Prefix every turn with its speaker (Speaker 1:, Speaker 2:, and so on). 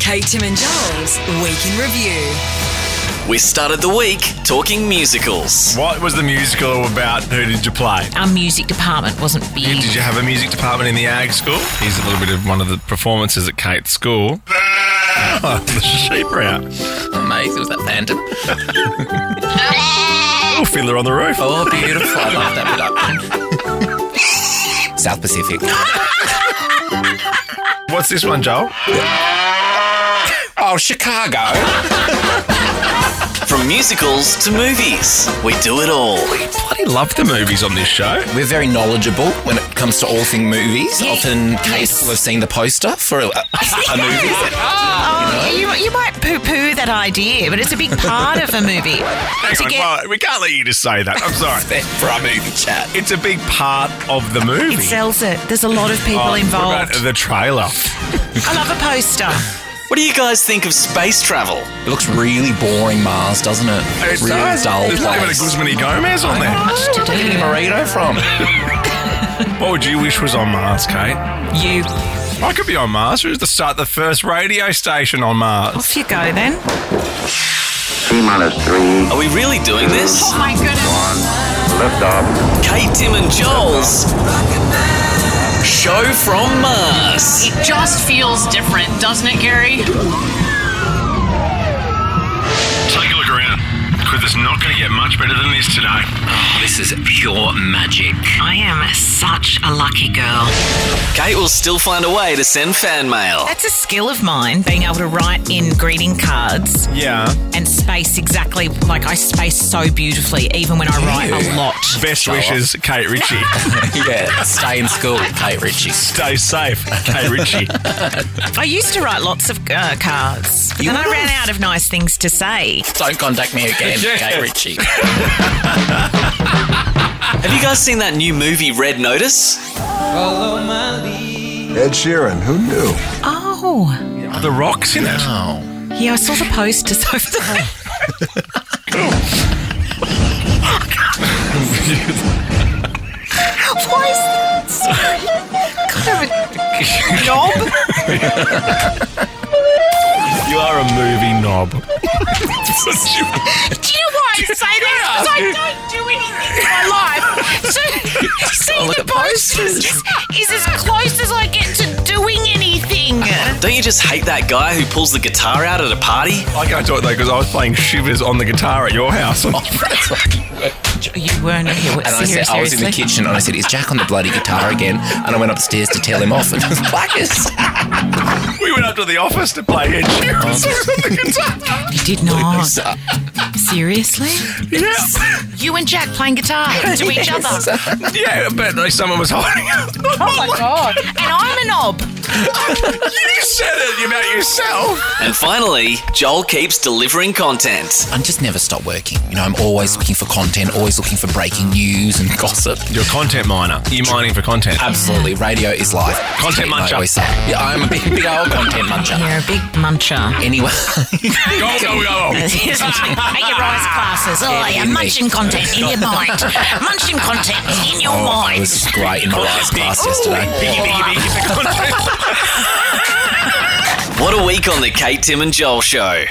Speaker 1: Kate, Tim, and Joel's Week in Review.
Speaker 2: We started the week talking musicals.
Speaker 3: What was the musical about? Who did you play?
Speaker 4: our music department wasn't big.
Speaker 3: Did you have a music department in the ag school? Here's a little bit of one of the performances at Kate's school. Oh, the sheep are out.
Speaker 5: Amazing. Was that phantom?
Speaker 3: Oh, fiddler on the roof.
Speaker 5: Oh, beautiful. I love that bit up. South Pacific.
Speaker 3: What's this one, Joel?
Speaker 5: Oh, Chicago.
Speaker 2: From musicals to movies, we do it all.
Speaker 3: Bloody love the movies on this show.
Speaker 5: We're very knowledgeable when it comes to all thing movies.
Speaker 4: Yeah.
Speaker 5: Often, Case will have seen the poster for a, a, a movie.
Speaker 4: Oh, you, you might poo poo that idea, but it's a big part of a movie.
Speaker 3: Hang
Speaker 4: to
Speaker 3: on,
Speaker 4: get-
Speaker 3: well, we can't let you just say that. I'm sorry.
Speaker 5: For our movie chat.
Speaker 3: It's a big part of the movie.
Speaker 4: it sells it. There's a lot of people
Speaker 3: Oh, what about
Speaker 4: involved.
Speaker 3: the trailer.
Speaker 4: I love a poster.
Speaker 2: What do you guys think of space travel?
Speaker 5: It looks really boring, Mars, doesn't it?
Speaker 3: It
Speaker 5: really
Speaker 3: does.
Speaker 5: dull
Speaker 3: There's not even a
Speaker 5: place.
Speaker 3: Guzman y Gomez on there.
Speaker 4: Much to
Speaker 5: Getting a
Speaker 4: do.
Speaker 5: burrito from.
Speaker 3: What would you wish was on Mars, Kate?
Speaker 4: You
Speaker 3: I could be on Mars. Who's to start the first radio station on Mars?
Speaker 4: off you go then.
Speaker 6: T minus three,
Speaker 2: Are we really doing this?
Speaker 4: My goodness.
Speaker 6: lift off.
Speaker 2: Kate, Tim, and Joel's Show from Mars.
Speaker 7: It just feels different, doesn't it, Gary?
Speaker 3: Take a look around. Because it's not going to get much better than this today.
Speaker 8: This is pure magic.
Speaker 9: I am such a lucky girl.
Speaker 2: Kate will still find a way to send fan mail.
Speaker 4: That's a skill of mine, being able to write in greeting cards
Speaker 3: Yeah.
Speaker 4: and space exactly like I space so beautifully, even when I write a lot.
Speaker 3: Best wishes, Kate Ritchie.
Speaker 5: yeah, stay in school, Kate Ritchie.
Speaker 3: Stay safe, Kate Ritchie.
Speaker 4: I used to write lots of uh, cards, but
Speaker 5: You
Speaker 4: then I
Speaker 5: would've.
Speaker 4: ran out of nice things to say.
Speaker 5: Don't contact me again,
Speaker 3: Yeah.
Speaker 5: Kate Ritchie.
Speaker 2: Have you guys seen that new movie Red Notice?
Speaker 10: Ed Sheeran, who knew?
Speaker 4: Oh,
Speaker 3: the Rock's in it.
Speaker 5: Oh,
Speaker 4: yeah, I saw the posters over there. Why is that? Sorry. God, I'm a knob.
Speaker 3: You are a movie knob.
Speaker 4: Do you know why I say that? Because I don't do anything in my life. So
Speaker 5: Oh,
Speaker 4: seeing the posters is as close as I get to doing anything.
Speaker 5: Oh,
Speaker 2: Don't you just hate that guy who pulls the guitar out at a party?
Speaker 3: I can't do it though because I was playing Shivers on the guitar at your house.
Speaker 8: Oh,
Speaker 4: You weren't here.
Speaker 5: and I said I was in the kitchen, and I said, "Is Jack on the bloody guitar again?" And I went upstairs to tell him off, and it was blackest.
Speaker 3: we went up to the office to play Ed Sheeran's on the guitar.
Speaker 4: You did not. Seriously?
Speaker 3: Yeah.
Speaker 4: You and Jack playing guitar to each other.
Speaker 3: Yeah, but like someone was holding it.
Speaker 4: Oh my god. And I'm a knob.
Speaker 3: you said it about yourself.
Speaker 2: And finally, Joel keeps delivering content.
Speaker 5: I just never stop working. You know, I'm always looking for content, always looking for breaking news and gossip.
Speaker 3: You're a content miner. You're mining for content.
Speaker 5: Absolutely, radio is life.
Speaker 3: Content
Speaker 5: I
Speaker 3: muncher.
Speaker 5: always say. Yeah, I'm a big, big old content muncher.
Speaker 4: You're a big muncher.
Speaker 5: Anyway,
Speaker 3: Go, go, go.
Speaker 4: At your rise classes. Oh,
Speaker 5: you're munching
Speaker 4: content in your mind. munching content in your
Speaker 5: I was just Oh, great in my last class yesterday.
Speaker 2: What a week on the Kate, Tim, and Joel Show.